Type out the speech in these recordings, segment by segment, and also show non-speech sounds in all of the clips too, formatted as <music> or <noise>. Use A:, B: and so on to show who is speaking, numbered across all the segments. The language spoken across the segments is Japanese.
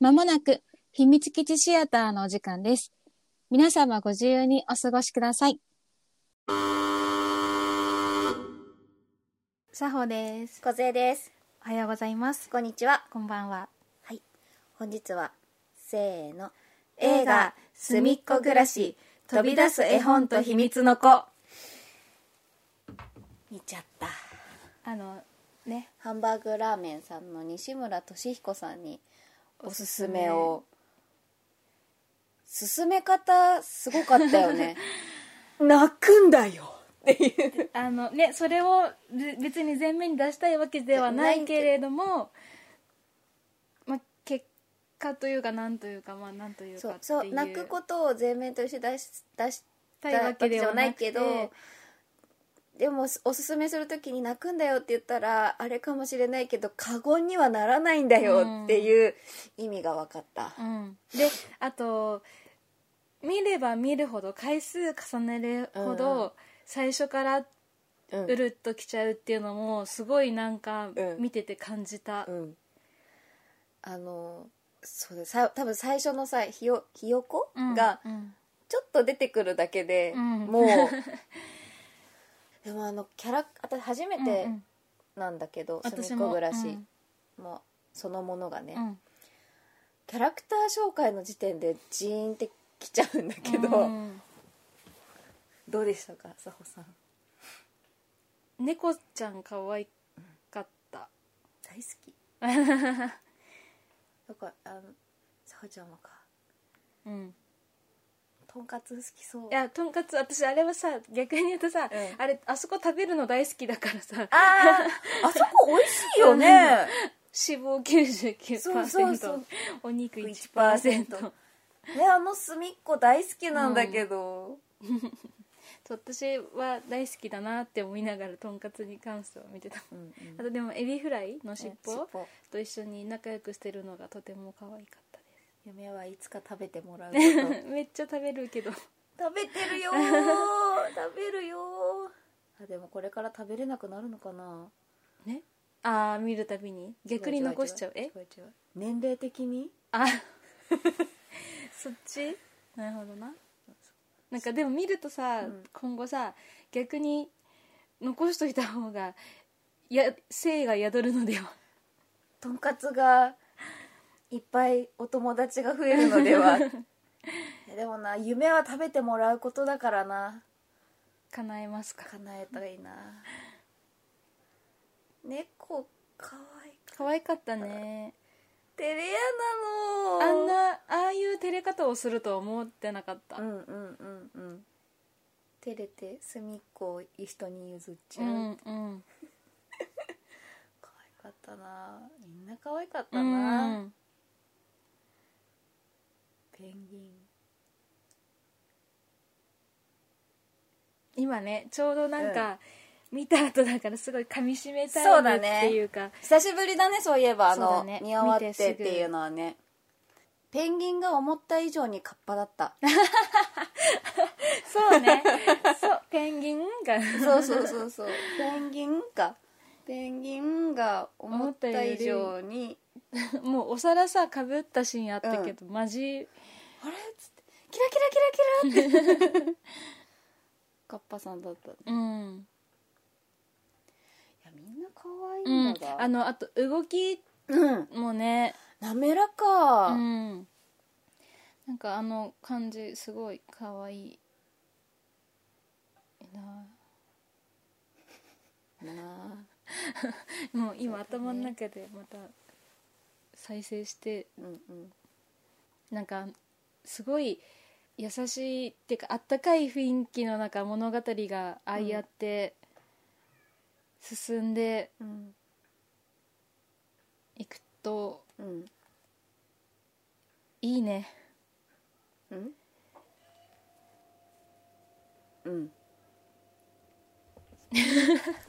A: まもなく秘密基地シアターのお時間です。皆様ご自由にお過ごしください。さほです。
B: 小勢です
A: おはようございます。
B: こんにちは
A: こんばんは。
B: はい本日はせーの
C: 映画「すみっこ暮らし飛び出す絵本と秘密の子
B: 見ちゃった
A: あの、ね、
B: ハンバーグラーメンさんの西村俊彦さんにおすすめを勧め方すごかったよね泣くんだよ
C: あのねそれをべ別に前面に出したいわけではないけれどもまあ結果というかなんというかまあなんというか
B: そ
C: っ
B: う
C: て
B: そ
C: いう
B: う泣くことを前面として出し出したいわけではないけど
C: たいわけではなく
B: でもおすすめする時に泣くんだよって言ったらあれかもしれないけど過言にはならないんだよっていう意味が分かった、
C: うん、であと見れば見るほど回数重ねるほ
B: うんう
C: ど最初から
B: うん
C: うるっときちゃうっていうのもすごいなんか
B: うん
C: 見てて感じた、
B: うん、あのそうださ多分最初のさひよひよこ、
C: うん
B: が
C: うん
B: ちょっと出てくるだけで、
C: うん
B: <laughs> もうでもあのキャラ私初めて
C: うんうん
B: なんだけど「すみ
C: 私
B: っこ
C: も
B: 暮らし
C: うん」
B: もそのものがね、
C: うん
B: キャラクター紹介の時点でジーンってきちゃうんだけど、
C: うん
B: どうでしたかさほさん
C: 猫ちゃん可愛
B: <laughs>
C: かった
B: 大好きだからあのさほちゃんもか
C: うん
B: とんかつ好きそう
C: いやとんかつ私あれはさ逆に言うと
B: う
C: さ、
B: ん
C: あれあそこ食べるの大好きだからさ
B: あ
C: <laughs>
B: ーあそこ美味しいよね
C: 脂肪99%
B: そうそうそう
C: お肉 1%,
B: ねあの隅っこ大好きなんだけど、
C: そう私は大好きだなって思いながらとんかつに関しては見てた
B: うんうん
C: あとでもエビフライの尻
B: ね
C: 尾と一緒に仲良くしてるのがとても可愛かった
B: 夢はいつか食べてもらうこと
C: <laughs> で
B: 食
C: すめっちゃ食べるけど
B: べてるよー食べるよーあでもこれから食べれなくなるのかな
C: ねああ見るたびに逆に残しちゃう
B: 違違
C: え
B: 違違う年齢的に
C: あ <laughs> そっちなるほどななんかでも見るとさ、
B: うん
C: 今後さ逆に残しといた方がや性が宿るのでは
B: とんかつがいっぱいお友達が増えるので
C: <laughs>
B: はいやでもな夢は食べてもらうことだからな
C: 叶えますか
B: 叶えたらいいな猫かわいい
C: 可愛かったね
B: テレ屋
C: あ
B: なの
C: んなああいう照れ方をするとは思ってなかった、
B: うんうんうんうん照れて隅っこを人に譲っちゃ
C: う
B: う、
C: んうん
B: 可愛かったなみんな可愛かった
C: う
B: な、
C: ん
B: ペンギン
C: 今ねちょうどなんか、見た後だからすごい噛み締めた
B: そう
C: い
B: だ
C: ね
B: ね
C: っていうか
B: 久しぶりだねそういえばあ
C: そう
B: の、
C: だね
B: 見終わって
C: 見てす
B: っ
C: ぐ
B: ていうのはねペンギンが思った以上にカッパだった
C: そうねそうペンギンが
B: そうそうそうそう <laughs> ペンギンかペンギンが思った以上に
C: <laughs> もうお皿さかぶったシーンあったけど、マジ
B: あれっつってキラキラキラキラって <laughs> カッパさんだったい
C: うん、
B: やみんな可愛
C: う
B: い
C: ん
B: んだが、
C: あのあと動き
B: うん
C: もね
B: 滑らか、
C: うんなんかあの感じすごい可愛いな
B: なあ
C: もう今
B: そうだね
C: 頭の中でまた再生して
B: うんうん
C: なんかすごい優しいっていうかあったかい雰囲気の中物語がああやって進んで
B: うん
C: いくと
B: うん
C: いいね、
B: うん
C: <laughs>
B: うん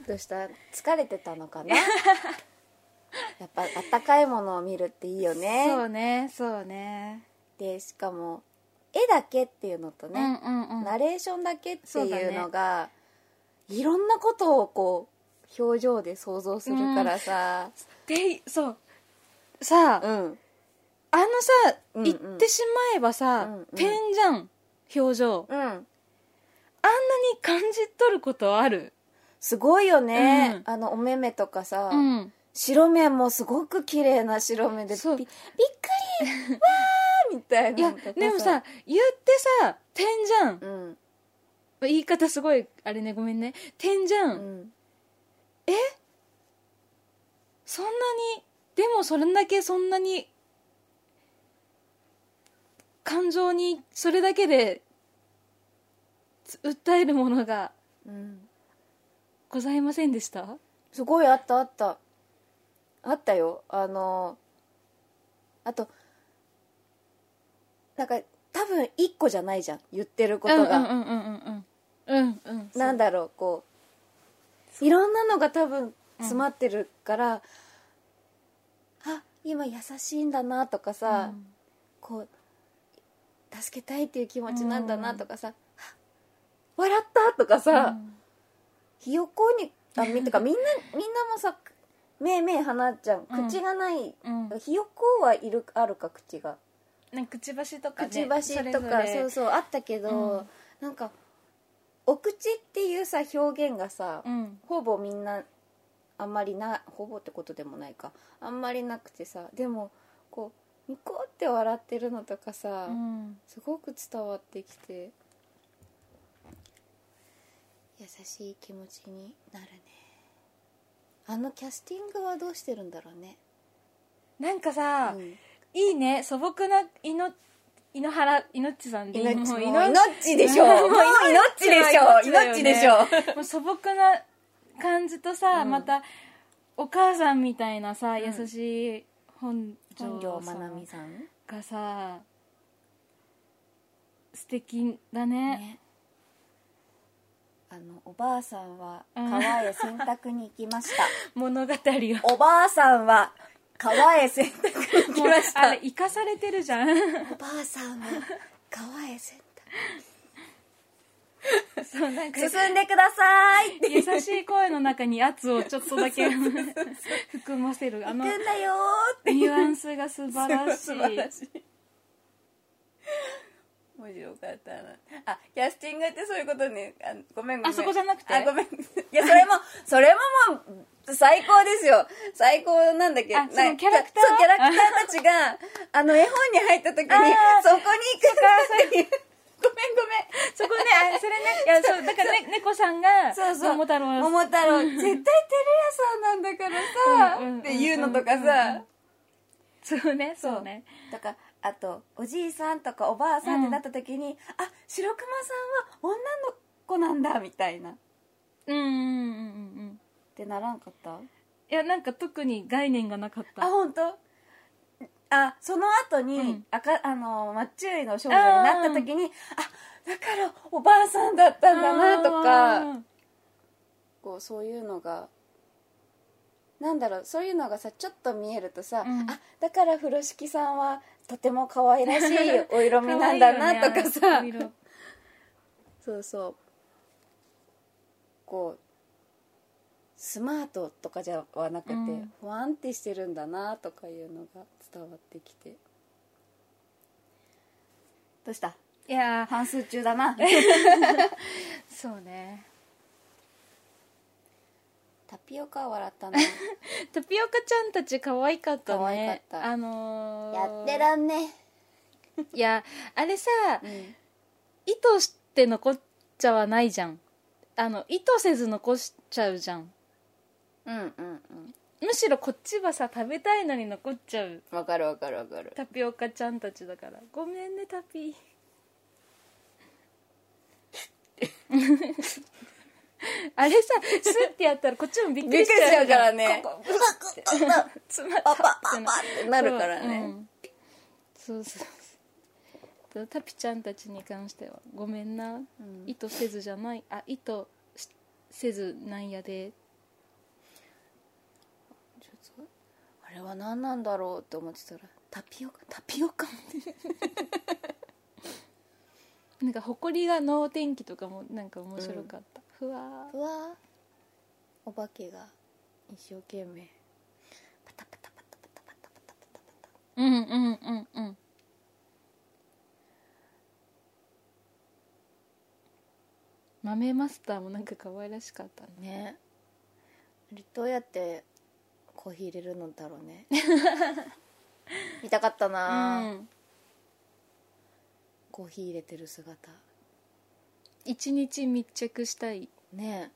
B: どうした疲れてたのかな <laughs> やっぱあったかいものを見るっていいよ
C: そ
B: ね
C: うねそうね
B: でしかも絵だけっていうのと
C: うん
B: ね、
C: うんうん
B: ナレーションだけって
C: そうだ
B: いう
C: ね
B: のがいろんなことをこう表情で想像するからさ
C: でそうさあ、
B: うん、
C: あのさ、
B: うんうん
C: 言ってしまえばさ、
B: うんうん
C: ペンじゃん表情
B: うん
C: あんなに感じ取ることある
B: すごいよね、
C: う
B: あのお目目とかさ、
C: うん
B: 白目もすごく綺麗な白目で
C: そう
B: びびっくり <laughs> わーみたい
C: い
B: な
C: や
B: のとか
C: でもさ言ってさ「点じゃん
B: う」ん
C: 言い方すごいあれねごめんね「点じゃ」
B: うんん
C: そんなにでもそれだけそんなに感情にそれだけでつ訴えるものが
B: うん
C: ございませんでした
B: すごいあったあったあったよあのあとなんか多分一個じゃないじゃん言ってることが、
C: うんうんうんうんうんうんうん
B: なんだろうこういろんなのが多分詰まってるから、あ今優しいんだなとかさ、こう助けたいっていう気持ちなんだなとかさ、あ笑ったとかさ、ひよこにあみてかみんなみんなもさ目目鼻ちゃん
C: うん
B: 口がない、
C: うんうん
B: ひよこはいるあるか口が
C: なんかくちばしと
B: く
C: かね
B: ちばしとか
C: れぞ
B: そう
C: れ
B: そうあったけど、
C: うん
B: なんかお口っていうさ表現がさ、
C: うん
B: ほぼみんなあんまりなほぼってことでもないかあんまりなくてさでもこうニコって笑ってるのとかさ、
C: うん
B: すごく伝わってきて優しい気持ちになるねあのキャスティングはどうしてるんだろうね
C: なんかさ、
B: うん
C: いいね素朴な井の井ノ原井のっちさんでいい
B: 命
C: も
B: も
C: う
B: う
C: 井の
B: 命でしょもう命でしょ命でしょ
C: <laughs> もう素朴な感じとさ、
B: うん
C: またお母さんみたいなさ、
B: ん
C: 優しい本
B: 本
C: 庄
B: 庄
C: さ
B: まなみ
C: ん
B: さん
C: がさ素敵だね
B: ねあのおばあさんは川へ洗濯に行きました、
C: 物語をも
B: おばあさんは川へ洗濯に行き
C: う
B: ました
C: あれ生かされてるじゃん
B: <laughs> おばあさんは川へ洗濯
C: そうなんか
B: 進んでくださいって
C: <laughs> 優しい声の中に圧をちょっとだけ含ませるあ
B: 行くん
C: の
B: だよーって
C: ニュアンスが素晴らし
B: 素
C: い
B: 晴らしい面白かったなあキャスティングってそういうことねあごめんごめん
C: あそこじゃなくて
B: あごめんいやそれもそれももう最高ですよ最高なんだけど
C: あその
B: なんか
C: キャラクター
B: そうキャラクターたちがあ
C: <laughs>
B: の絵本に入った時に
C: あー
B: そこに行くんだっていうごめんごめん
C: そこね、あそれね、いや、そう、だからね、猫さんが、
B: そうそう
C: 桃太郎。
B: 桃太郎絶対テレ屋さんなんだからさ、
C: うんうんうんうん
B: っていうのとかさ、
C: そうね、そうね。
B: とかあとおじいさんとかおばあさんってなった時に、あ白熊さんは女の子なんだみたいなっ
C: うん、うん、うん、うん。
B: てならんかった
C: いや、なんか特に概念がなかった。
B: あ本当あその後に、
C: うん
B: あかあのマッチュイの少女になった時にあだからおばあさんだったんだなとか
C: あー。
B: こうそういうのがなんだろうそういうのがさちょっと見えるとさ、
C: うん
B: あだから風呂敷さんはとても可愛らしいお色味なんだなとか
C: <laughs> 可
B: さ
C: 愛いよね
B: そうそうこうスマートとかじゃはなくて、
C: うん
B: ふわんってしてるんだなとかいうのが伝わってきてどうした
C: いや
B: 半数中だな
C: ー、そうね。
B: タピオカは笑ったな
C: タピオカちゃんたち可愛かったね。
B: 可愛かった
C: あのー、
B: やってらんね、
C: いや、あれさ、
B: うん
C: 意図して残っちゃわないじゃん。あの、意図せず残しちゃうじゃん。
B: うんうんうん
C: むしろこっちはさ、食べたいのに残っちゃう。
B: わかるわかるわかる
C: タピオカちゃんたちだからごめんねタ
B: <laughs>
C: ピーあれさスッてやったらこっちもびっく
B: びっ
C: り
B: く
C: し
B: りし
C: ち
B: ち
C: ゃ
B: ゃ
C: う
B: う
C: じ
B: か
C: ゃ
B: ら
C: ん
B: ね
C: ここ
B: うわ
C: 詰まっ
B: パパパ
C: た
B: パってなるからね
C: そう,、ん、そうそうそうタピちゃんたちに関してはごめんな、
B: うん
C: 意図せずじゃないあ意図しせずなんやで
B: ちょっとあれは何なんだろうって思ってたらタピオカタピオカ
C: なんか誇りが能天気とかもなんか面白かった、ふわー
B: うわお化けが一生懸命パタパタパタパタパタパタパタパタ
C: うんうんうんうん豆マスターもなんか可愛らしかったね
B: ねあれどうやってコーヒー入れるのだろう <laughs> ね見たかったな、
C: うん
B: コーヒー入れてる姿
C: 一日密着したい
B: ね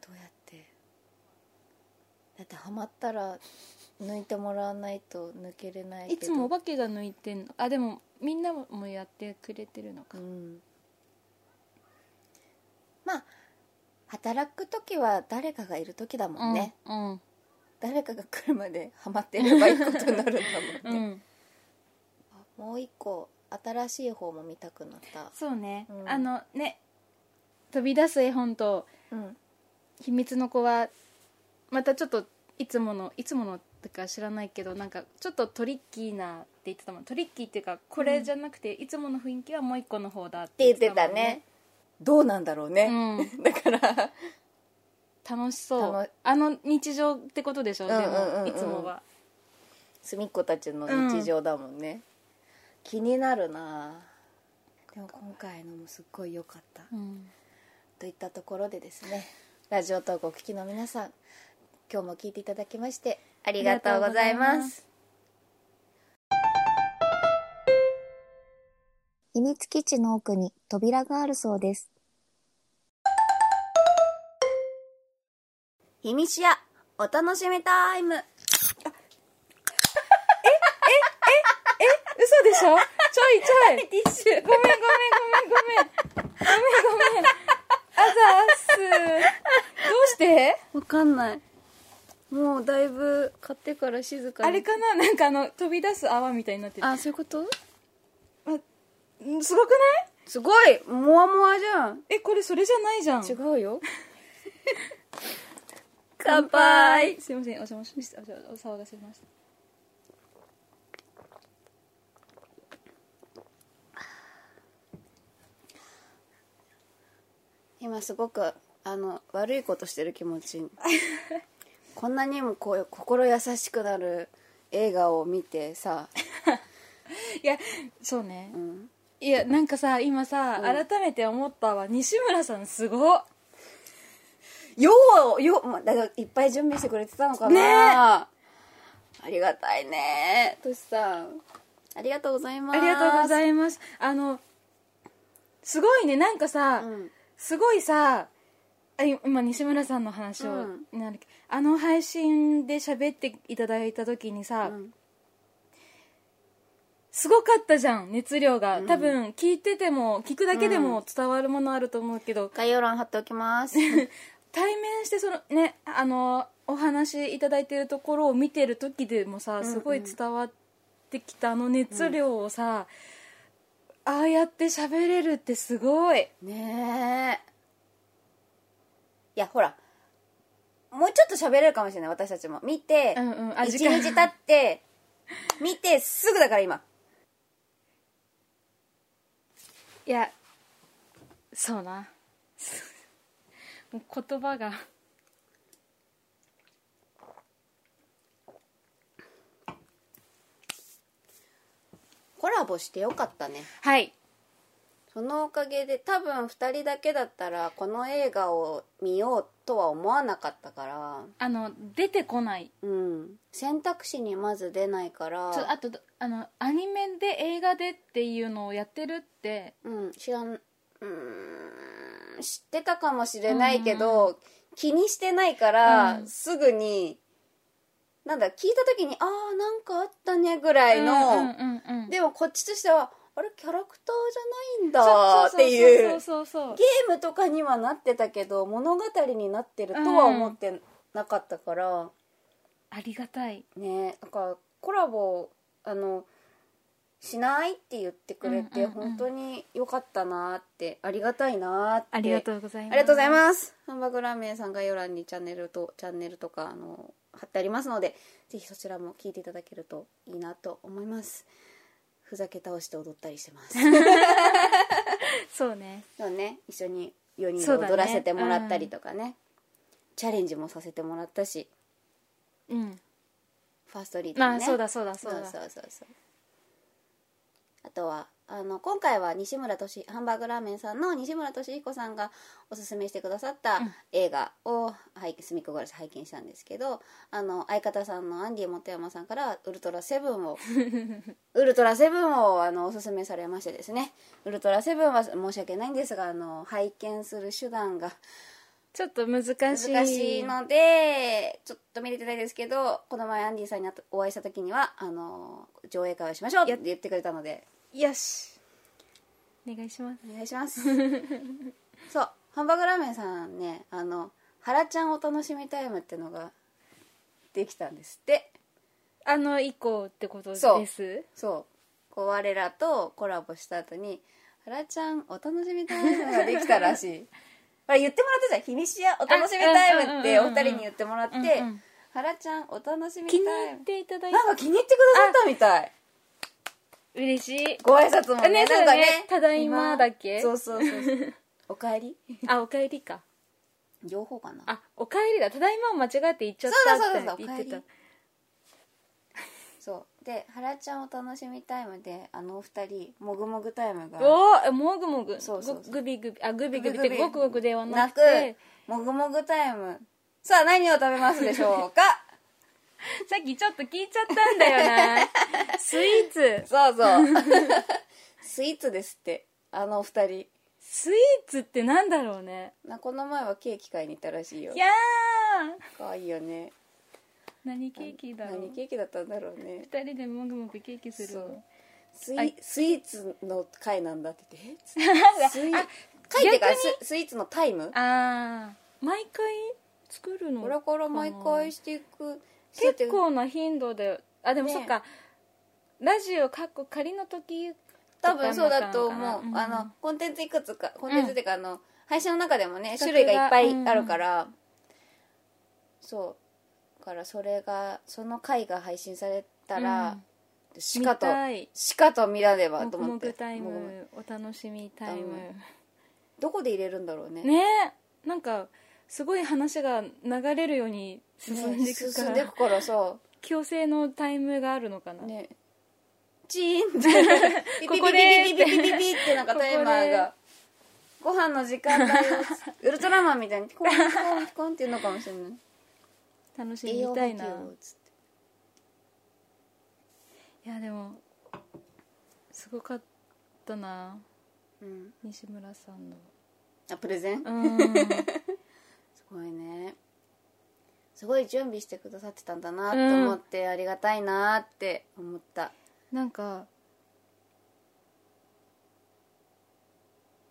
B: えどうやってだってハマったら抜いてもらわないと抜けれないけ
C: い
B: ど
C: つもお化けが抜いてんのあでもみんなもやってくれてるの
B: う
C: か、
B: んまあ働く時は誰かがいる時だもんね、
C: うんうん
B: 誰かが来るまでハマってればいいことになるんだも
C: うん
B: ね、
C: ん
B: もう一個新しい方も見たくなった
C: そうね、
B: うん
C: あのね飛び出す絵本と
B: うん
C: 秘密の子はまたちょっといつものいつものとか知らないけどなんかちょっとトリッキーなって言ってたもんトリッキーっていうかこれじゃなくて、いつもの雰囲気はもう一個の方だっ
B: って言ってたねどうなんだろう
C: 言って
B: ね、
C: たもんね
B: だから
C: うん、楽しそ
B: 楽
C: うあの日常ってことでしょ、
B: うんうんうんうん
C: でもいつもは
B: 隅っこたちの日常だもんね、気になるなあでも今回のもすっごい良かった、
C: うん
B: といったところでですねラジオトークをお聞きの皆さん今日も聞いていただきましてありがとうござい
C: ありがとうござい
B: ま
C: ますす
D: 秘密基地の奥に扉があるそうです。
B: 秘密屋お楽しみタイム
C: 嘘でしょちょいちょい
B: <laughs> ティッシュ
C: ごめんごめんごめんごめんごめんごめんあざーすどう
B: <laughs>
C: して
B: わかんないもうだいぶ買ってから静かに
C: あれかななんかあの飛び出す泡みたいになってる
B: あそういうこと
C: んすごくない
B: すごいもわもわじゃん
C: えこれそれじゃないじゃん
B: 違うよ乾杯
C: すいませんお邪魔しましたお邪魔お騒がせしました
B: 今すごくあの悪いことしてる気持ち <laughs> こんなにもこう心優しくなる映画を見てさ、
C: いやそうね
B: うん、
C: いやなんかさ今さ、
B: うん
C: 改めて思ったわ西村さんすごっ
B: <laughs> ようようまだからいっぱい準備してくれてたのかな、
C: ねえ
B: ありがたいねとしさんありがとうございま
C: あ
B: す
C: りがとうご
B: い
C: ざいますあのすごいねなんかさ、
B: うん
C: すごいさあい今西村さんの話を、
B: うん
C: なんだっけあの配信で喋っていただいた時にさ、
B: うん
C: すごかったじゃん熱量が、多分聞いてても聞くだけでも伝わるものあると思うけど、
B: 概要欄貼っておき <laughs> ます
C: 対面してそのねあのお話いただいてるところを見てる時でもさすごい伝わってきたあの熱量をさ、ああやって喋れるってすごい
B: ねえいやほらもうちょっと喋れるかもしれない私たちも見て、
C: うんうんあ
B: 一
C: 時間
B: 日経って見てすぐだから今
C: いやそうなもう言葉が
B: コラボしてよかったね
C: はい
B: そのおかげで多分2人だけだったらこの映画を見ようとは思わなかったから
C: あの出てこない
B: うん選択肢にまず出ないから
C: ちょあとあのアニメで映画でっていうのをやってるって
B: うん知らんうーん知ってたかもしれないけど、気にしてないから、
C: うん
B: すぐになんだ聞いた時にああなんかあったねぐらいの、
C: うんうんうんうん
B: でもこっちとしてはあれキャラクターじゃないんだ
C: そう
B: っていう
C: そうそうそうそう
B: ゲームとかにはなってたけど物語になってるとは思ってなかったから、
C: ありがたい
B: ねだからコラボあのしないって言ってくれて、
C: うんうんうん
B: 本当に良かったなってありがたいなって
C: ありがとうございます
B: ありがとうございますハンバーグラーメンさん概要欄にチャンネルとチャンネルとかあの貼ってありますのでぜひそちらも聞いていただけるといいなと思いますふざけ倒して踊ったりしてます
C: <laughs> そうね
B: そうね一緒に4人
C: そう
B: で
C: だね
B: 踊らせてもらったりとかねチャレンジもさせてもらったし
C: うん
B: ファーストリーディング、
C: まあ
B: ね、
C: そうだそうだそう
B: そう
C: だ
B: そうそうそうあとはあの今回は西村俊ハンバーグラーメンさんの西村俊彦さんがおすすめしてくださった
C: うん
B: 映画を拝見「すみっこ殺し」拝見したんですけどあの相方さんのアンディ元山さんから「ウルトラセブン」
C: <laughs>
B: を「ウルトラセブン」をあのおすすめされましてですね「ウルトラセブン」は申し訳ないんですがあの拝見する手段が
C: ちょっと難しい
B: 難しいのでちょっと見れてないですけどこの前アンディさんにお会いした時にはあの上映会をしましょうって言ってくれたので
C: よしお願いします
B: お願いします
C: <laughs>
B: そうハンバーグラーメンさんねあの「ハラちゃんお楽しみタイム」ってのができたんですって
C: あの以降ってことです
B: そうそうこう我らとコラボした後に「ハラちゃんお楽しみタイム」ができたらしい
C: <laughs>
B: あれ言ってもらったじゃん「日にしやお楽しみタイム」って
C: あ
B: お
C: うんうんうんう
B: 二
C: ん
B: 人に言ってもらって
C: うんうん
B: 「ハラちゃんお楽しみタ
C: 気に
B: イ
C: 入
B: ム
C: っ」ていただいて
B: なんか気に入ってくださったみたい
C: 嬉しい
B: ご挨拶もね
C: ね
B: なんかね
C: そうねただいまだっけ
B: そうそうそうそうおかえり
C: あおかえりか
B: 両方かな
C: あおかえりだただいまを間違えて言っちゃっ
B: そうだそうだ
C: たって
B: そう
C: 言
B: だ
C: ってた
B: おかそうで「ハラちゃんお楽しみタイムで」あのお二人もぐもぐタイムが
C: おーえもぐもぐ
B: そうそうそう
C: ぐびぐびあぐびぐびってごくごくではなく
B: な
C: て
B: くもぐもぐタイムさあ何を食べますでしょう
C: <laughs>
B: か
C: さっきちょっと聞いちゃったんだ
B: <laughs>
C: よなスイーツ
B: そうそうスイーツですってあのお二人
C: スイーツってなんだろうね
B: なこの前はケーキ買いに行ったらしいよ
C: いやー
B: かわいいよね
C: 何ケーキだろう
B: 何ケーキだったんだろうね
C: 二人でもぐもぐケーキする
B: そう
C: の
B: スイ,、
C: はい
B: スイーツの回なんだって言って
C: <laughs>
B: えスイ回ってからススイーツのタイム
C: あー毎回作るの
B: これから毎回していく
C: 結構な頻度であでも
B: ね
C: そっか、ラジオかっこ仮の時
B: 多分そうだと思う、
C: うん
B: あのコンテンツいくつかコンテンツっていうか、あの配信の中でもね種
C: 企
B: 類
C: 画
B: がいっ
C: が
B: ぱいあるから、そうだからそれがその回が配信されたら、しかと
C: 見たい
B: しかと見らねば
C: も
B: と
C: ぐ
B: 思
C: も
B: って
C: ぐタイ
B: もぐもぐ
C: ムお楽しみタイム
B: どこで入れるんだろうね
C: ねえなんかすごい話が流れるように進んでいくか
B: 進ん
C: ら、
B: でくからさ
C: 強制のタイムがあるのかな、
B: ねチーンってピピピピピピピピピってなんかタイマーがご飯の時間だよウルトラマンみたいにピコンピコンピコンっていうのかもしれない
C: 楽しみたいな
B: 栄養補給をつって
C: いやでもすごかったな
B: うん
C: 西村
B: <laughs>
C: さんの
B: あプレゼン
C: うん
B: すごいねすごい準備してくださってたんだなと思って、ありがたいなって思った
C: なんか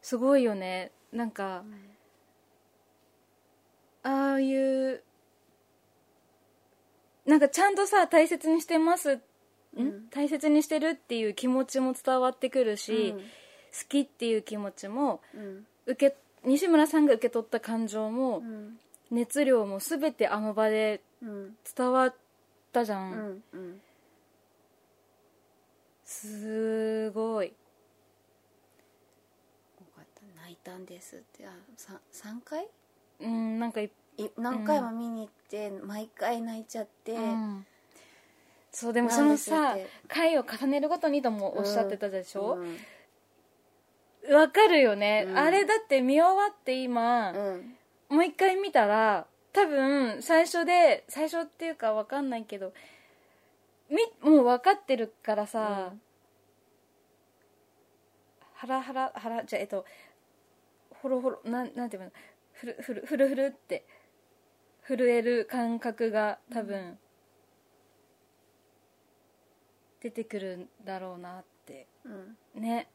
C: すごいよねなんか、ああいうなんかちゃんとさ大切にしてます、ん
B: うん
C: 大切にしてるっていう気持ちも伝わってくるし、好きっていう気持ちも
B: うん
C: 受け西村さんが受け取った感情も、
B: うん
C: 熱量も全てあの場で
B: うん
C: 伝わったじゃ、
B: うんんうん
C: すごい
B: よかった泣いたんですってあさ3回
C: うんなんかいっ
B: い何回も見に行って、毎回泣いちゃって、
C: うんそうでもそ
B: なん
C: の
B: です
C: さ
B: って
C: 回を重ねるごとにともおっしゃってたでし
B: う
C: ょ
B: ん
C: わ、かるよね、
B: うん
C: あれだって見終わって今、
B: うん
C: もう一回見たら多分最初で最初っていうかわかんないけどみもう分かってるからさ、
B: うん
C: ハラハラハラじゃあえっとほろほろなんなんていうのふるふるふるふるって震える感覚が多分、出てくるんだろうなって
B: うん
C: ね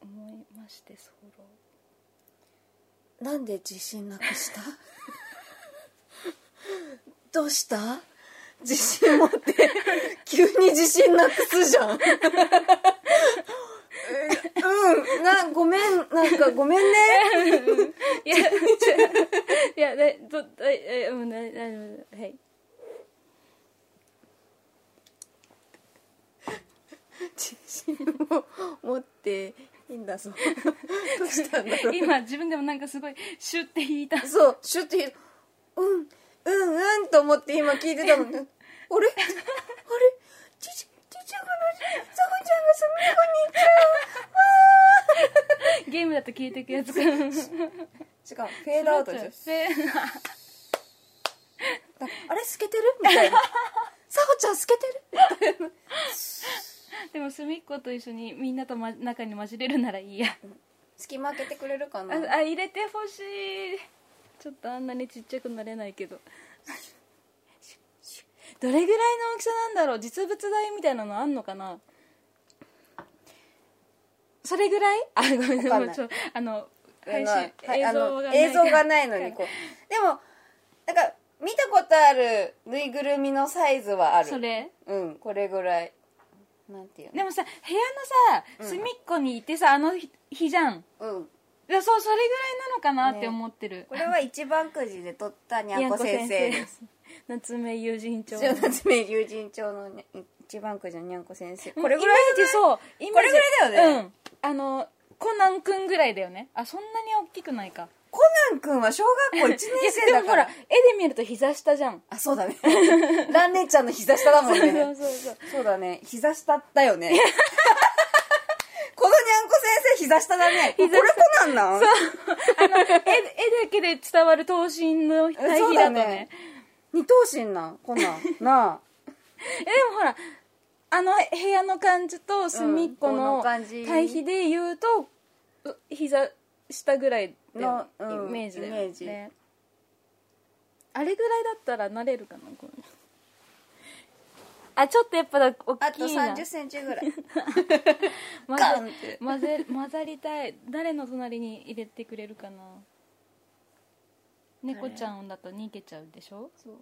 C: 思いましてソロ
B: なんで自信なくした <laughs> どうした自信持って <laughs> 急に自信なくすじゃん <laughs> うんうんなごめんなんかごめんね
C: いや、いや、だ、ど、だ、え、うん、だ、大丈夫だはい。
B: 自信を持っていいんだぞどうしたんだろう
C: 今、自分でもなんかすごい、シュって引いた。
B: そうシュッてうんうんうんと思って今聞いてたの <laughs> にあれあれちちちちゃくのサホちゃんがそのとこに
C: ゲームだと聞いてくやつかな
B: <laughs> 違うフェードアウトです
C: で
B: あれ透けてるみたい <laughs> な「サホちゃん透けてる?」みたいな
C: でも隅っこと一緒にみんなと、ま、中に混じれるならいいや、
B: 隙間開けてくれるかな
C: ああ入れてほしいちょっとあんなにちっちゃくなれないけど <laughs> どれぐらいの大きさなんだろう実物大みたいなのあんのかなそれぐらいあごめん
B: わかん
C: も
B: な
C: う
B: い
C: ちょあの
B: はい
C: 配信映
B: あ
C: 像
B: の
C: が
B: 映像がない
C: か
B: の
C: ら
B: にこうでもなんか見たことあるぬいぐるみのサイズはある
C: それ
B: うんこれぐらいなんていう
C: でもさ部屋のさ隅っこにいてさあの日日じゃん
B: のうん
C: いやそうそれぐらいなのかなって
B: ね
C: 思ってる、
B: これは一番くじで取ったにゃんこ先生です
C: す夏目友人
B: <laughs>
C: 帳
B: 一応夏目友人帳のにゃ一番くじのにゃんこ先生これぐらい
C: イメージそうイメージ
B: これぐらいだよね
C: うんあのコナンくんぐらいだよねあそんなに大きくないか
B: コナン君は小学校1年
C: い
B: 生
C: や
B: だ
C: でもほ
B: からら
C: 絵で見ると膝下じゃん
B: あそうだね蘭姉ちゃんの膝下だもん
C: そう
B: ね
C: そうそう
B: そうだね膝下だよねこのにゃんこ先生膝下だねこれコナンなん
C: <laughs> 絵絵だけで伝わる頭身の対
B: そう
C: 比だ
B: だ
C: とね
B: ね二頭身なんコナン <laughs> なあ
C: えでもほらあの部屋の感じと隅っこ
B: うんこの
C: の
B: 感じ
C: 対比で言うとう膝下ぐらいのイ
B: のうん
C: メージだよ
B: イメージ
C: ねあれぐらいだったら慣れるかなこれあちょっとやっぱ大
B: あ
C: き
B: と
C: い
B: 3
C: な
B: 0ンチ <laughs> ぐらい
C: 混
B: ガンって
C: ぜ混ぜ混ざりたい誰の隣に入れてくれるかな猫ちゃんだと逃げちゃうでしょ
B: そう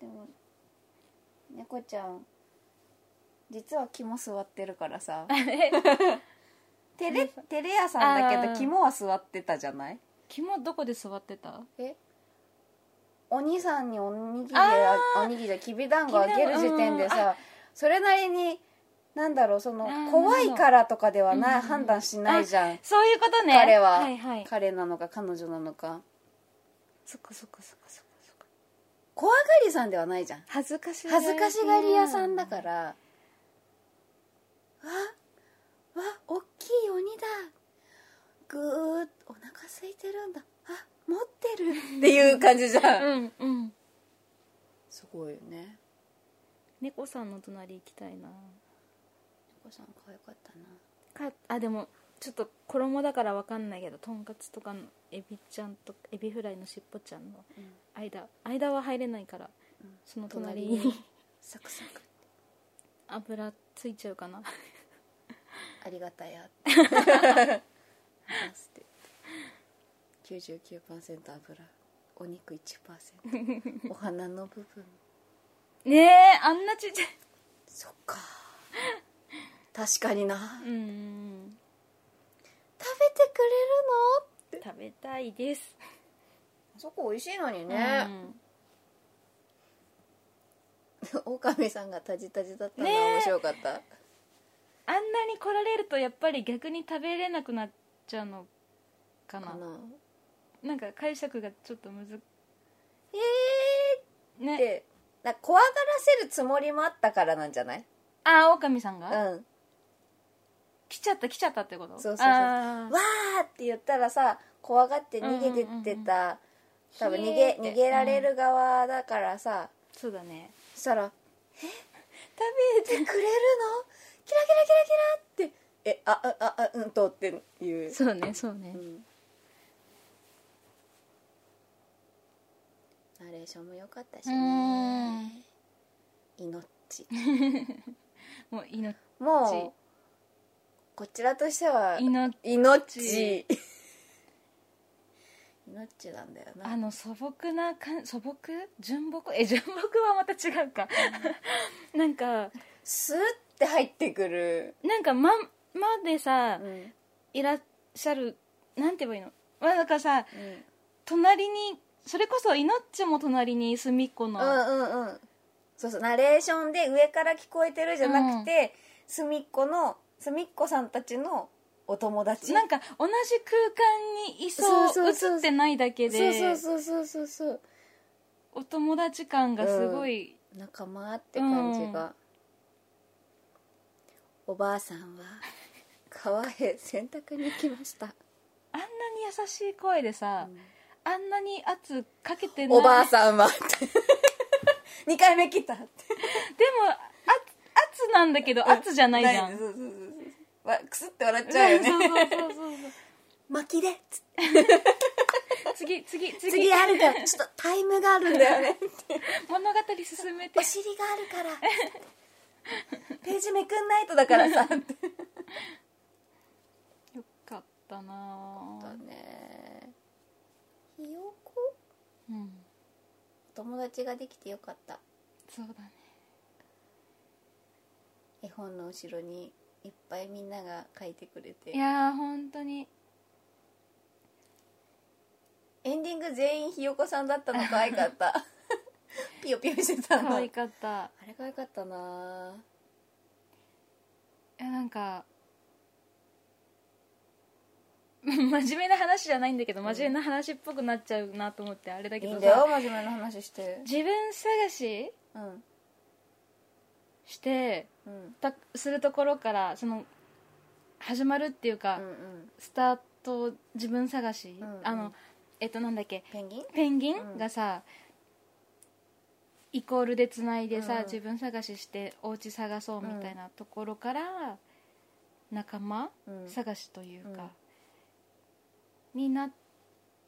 B: でも猫ちゃん実は肝座ってるから
C: <laughs>
B: さテレテレ屋さんだけ
C: あ
B: ど
C: ー
B: 肝は座ってたじゃない
C: 肝どこで座ってた
B: えお兄さんにおにぎり
C: あ
B: あおにぎりじゃきびだんごあげる時点で
C: きびだんご
B: さそれなりになんだろうその
C: あー
B: 怖いからとかではない
C: なるほど
B: 判断しないじゃん
C: そういうことね
B: 彼は、
C: はいはい
B: 彼なのか彼女なのか
C: そっかそっかそっかそっかそっか
B: 怖がりさんではないじゃん
C: 恥ずかし
B: 恥ずかしがり屋さんだからわわおっきい鬼だぐーっとお腹空いてるんだあ持ってるっていう感じじゃん
C: うんうん
B: すごいよね
C: 猫さんの隣行きたいな
B: 猫さん可愛かったな
C: かあでもちょっと衣だからわかんないけどとんかつとかのエビちゃんとエビフライのしっぽちゃんの
B: うん
C: 間、間は入れないから、
B: ん
C: その隣に
B: サクサク
C: 油ついちゃう
B: <laughs>
C: かな
B: ありがたや99%油お肉1% <laughs> お花の部分
C: ねえあんなちっちゃい
B: そっか確かにな
C: うーん
B: 食べてくれるの
C: 食べたいです
B: そこ美味しいのにね、狼さんがタジタジだったの
C: ね
B: は面白かった、
C: あんなに来られるとやっぱり逆に食べれなくなっちゃうのかな
B: かな
C: なんか解釈がちょっとむず
B: えーっ
C: ね
B: てなんか怖がらせるつもりもあったからなんじゃない
C: ああ狼さん
B: う
C: が、
B: んわ
C: 来ちゃった来ちゃったってこと
B: そうそうそう
C: あー
B: ーって言ったらさ怖がって逃げてってた、多分逃げ逃げられる側だからさ、
C: そうだね
B: そしたら
C: 食べ
B: 「くれるのキラキラキラキラ」って「えああああうんと」っていう
C: そうねそうね、
B: うんナレーションも良かったしね命
C: もういの
B: もうこちらとしてはい
C: の
B: 命命なんだよな
C: あの素朴なか素朴純朴え純朴はまた違うかなんか
B: スーって入ってくる、
C: なんかままでさ
B: うん
C: いらっしゃるなんて言えばいいのまあなんかさ
B: うん
C: 隣にそれこそイノッチも隣に隅っこの、
B: うんうんうんそうそうナレーションで上から聞こえてるじゃなくて、隅っこの隅っこさんたちのお友達
C: なんか同じ空間にいそう
B: そうそうそう
C: 映ってないだけで
B: そうそうそうそうそう
C: お友達感がすごい、
B: 仲間って感じが、おばあさんは川へ洗濯に行きました、
C: あん <laughs> なに優しい声でさ、あんなに圧かけてない
B: おばあさんは2回目切ったって
C: でもあ圧なんだけど圧じゃないじゃん、
B: そうそうそうそうわくすって笑っちゃうよね
C: そうそうそうそう
B: <laughs> 巻きでつ
C: 次次次
B: 次ある
C: <laughs>
B: からちょっとタイムがあるんだよね
C: 物語進めて
B: お尻があるからページめくんないとだから
C: <laughs>
B: さって
C: よかったなぁ
B: ねひよこ
C: うん
B: 友達ができてよかった
C: そうだね
B: 絵本の後ろにいっぱいみんなが書いてくれて
C: いやー本当に
B: エンディング全員ひよこさんだったの可愛かった
C: <laughs>
B: ピヨピヨしてたの
C: 可
B: あ
C: 愛
B: れ
C: かった
B: 可愛かったない
C: やなんか <laughs> 真面目な話じゃないんだけど真面目な話っぽくなっちゃうなと思ってあれだ
B: い
C: け
B: いん
C: ど
B: だよ
C: さ
B: 真面目な話して
C: 自分探し
B: うん
C: して
B: うん
C: たするところからその始まるっていうか、
B: うんうん
C: スタート自分探し、
B: んうん
C: あのえっとなんだっけ
B: ペンギン
C: ペンギ
B: うん
C: ンがさ、イコールでつないでさ、
B: うん
C: 自分探ししてお家探そうみたいなところから、仲間
B: うん
C: 探しというか、になっ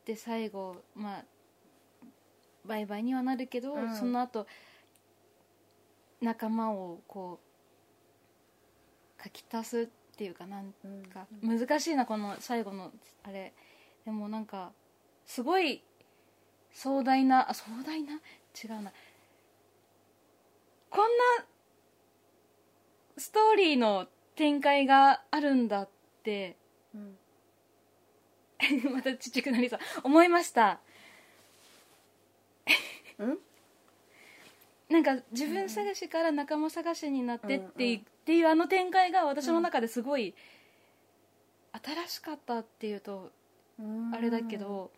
C: て最後まあバイバイにはなるけど、
B: うん
C: その後仲間をこう書き足すっていうかなん
B: うん
C: か難しいなこの最後のあれでもなんかすごい壮大なあ壮大な違うなこんなストーリーの展開があるんだって
B: うん
C: <laughs> またちっちゃくなりそう思いました
B: うん
C: <laughs> なんか自分探しから仲間探しになってって,、っていうあの展開が私の中ですごい新しかったっていうと
B: うん
C: あれだけど、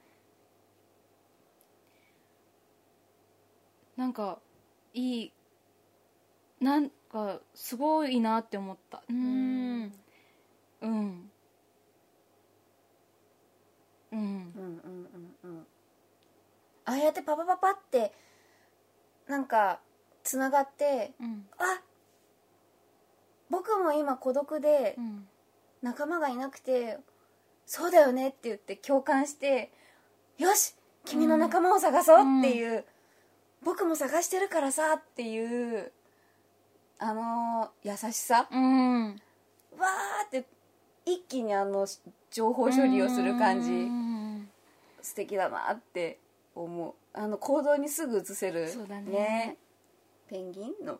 C: なんかいいなんかすごいなって思ったうーんうんうん
B: うんうんうんうんああやってパパパパってなんかつながって
C: うん
B: あ僕も今孤独で
C: うん
B: 仲間がいなくてそうだよねって言って共感してよし君の仲間を探そうっていう、僕も探してるからさっていうあの優しさ
C: うん
B: わーって一気にあの情報処理をする感じ、
C: うん
B: 素敵だなって思うあの行動にすぐ移せる
C: そうだね
B: ペンギンの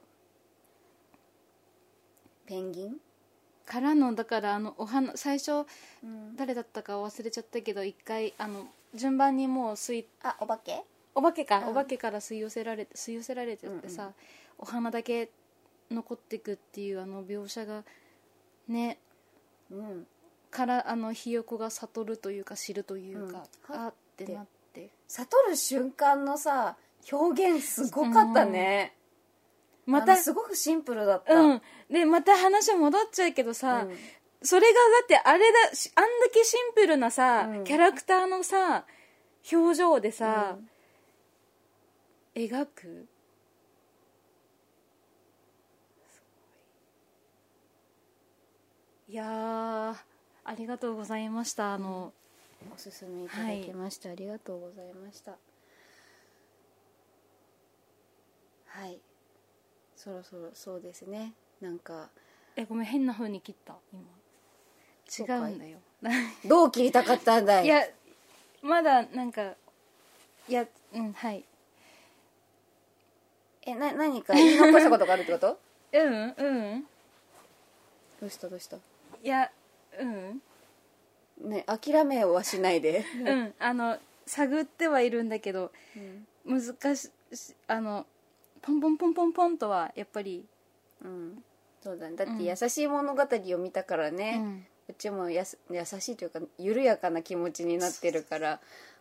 B: ペンギン、
C: からのだからあのお花最初
B: うん、
C: 誰だったか忘れちゃったけど一回あの順番にもう吸い
B: あお化け
C: お化けか、
B: うん
C: お化けから吸い寄せられて吸い寄せられてってさ、
B: うん
C: お花だけ残ってくっていうあの描写がね
B: うん
C: からあのひよこが悟るというか知るというか、
B: うん
C: あってなって
B: 悟る瞬間のさ表現すごかったね、
C: ま
B: あ
C: た
B: のすごくシンプルだった、
C: うんでまた話戻っちゃうけどさ、
B: うん
C: それがだってあれだしあんだけシンプルなさ、
B: うん
C: キャラクターのさ表情でさ、描くいやーありがとうございましたあの
B: おすすめいただきました、ありがとうございましたはいそろそろそうですねなんか
C: えごめん変な風に切った今違うんだよ
B: どう切りたかったんだい
C: いやまだなんかいやうんはい
B: えな何か言い残したことがあるってこと
C: <laughs> うんうん
B: どうしたどうした
C: いやうん
B: ね諦めはしないで、
C: うんあの探ってはいるんだけど
B: うん
C: 難しあのポンポンポンポンポンとはやっぱり、
B: うん、そうだねだって優しい物語を見たからね、
C: うん
B: こっちもやす優しいというか緩やかな気持ちになってるから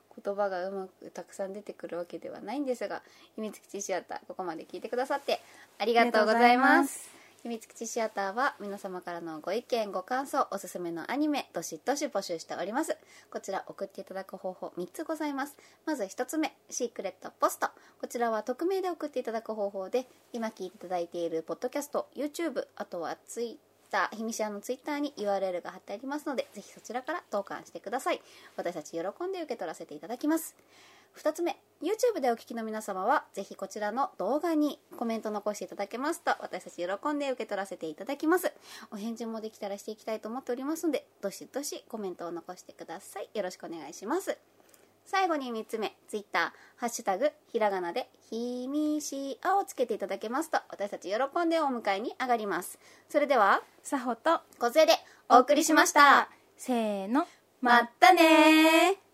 B: こ言葉がうまくたくさん出てくるわけではないんですが秘密基地シアターここまで聞いてくださってありがとうございます秘密基地シアターは皆様からのご意見ご感想おすすめのアニメどしどし募集しておりますこちら送っていただく方法3つございますまず1つ目シークレットポストこちらは匿名で送っていただく方法で今聞いていただいているポッドキャスト YouTube あとは Twitter ひみしやの Twitter に URL が貼ってありますのでぜひそちらから投函してください私たち喜んで受け取らせていただきます2つ目 YouTube でお聞きの皆様はぜひこちらの動画にコメント残していただけますと私たち喜んで受け取らせていただきますお返事もできたらしていきたいと思っておりますのでどしどしコメントを残してくださいよろしくお願いします最後に3つ目 Twitter「ハッシュタグひらがな」で「ひみしあ」をつけていただけますと私たち喜んでお迎えに上がりますそれでは
C: さほと
B: 小杖でお送りしました
C: せーの
B: まったねー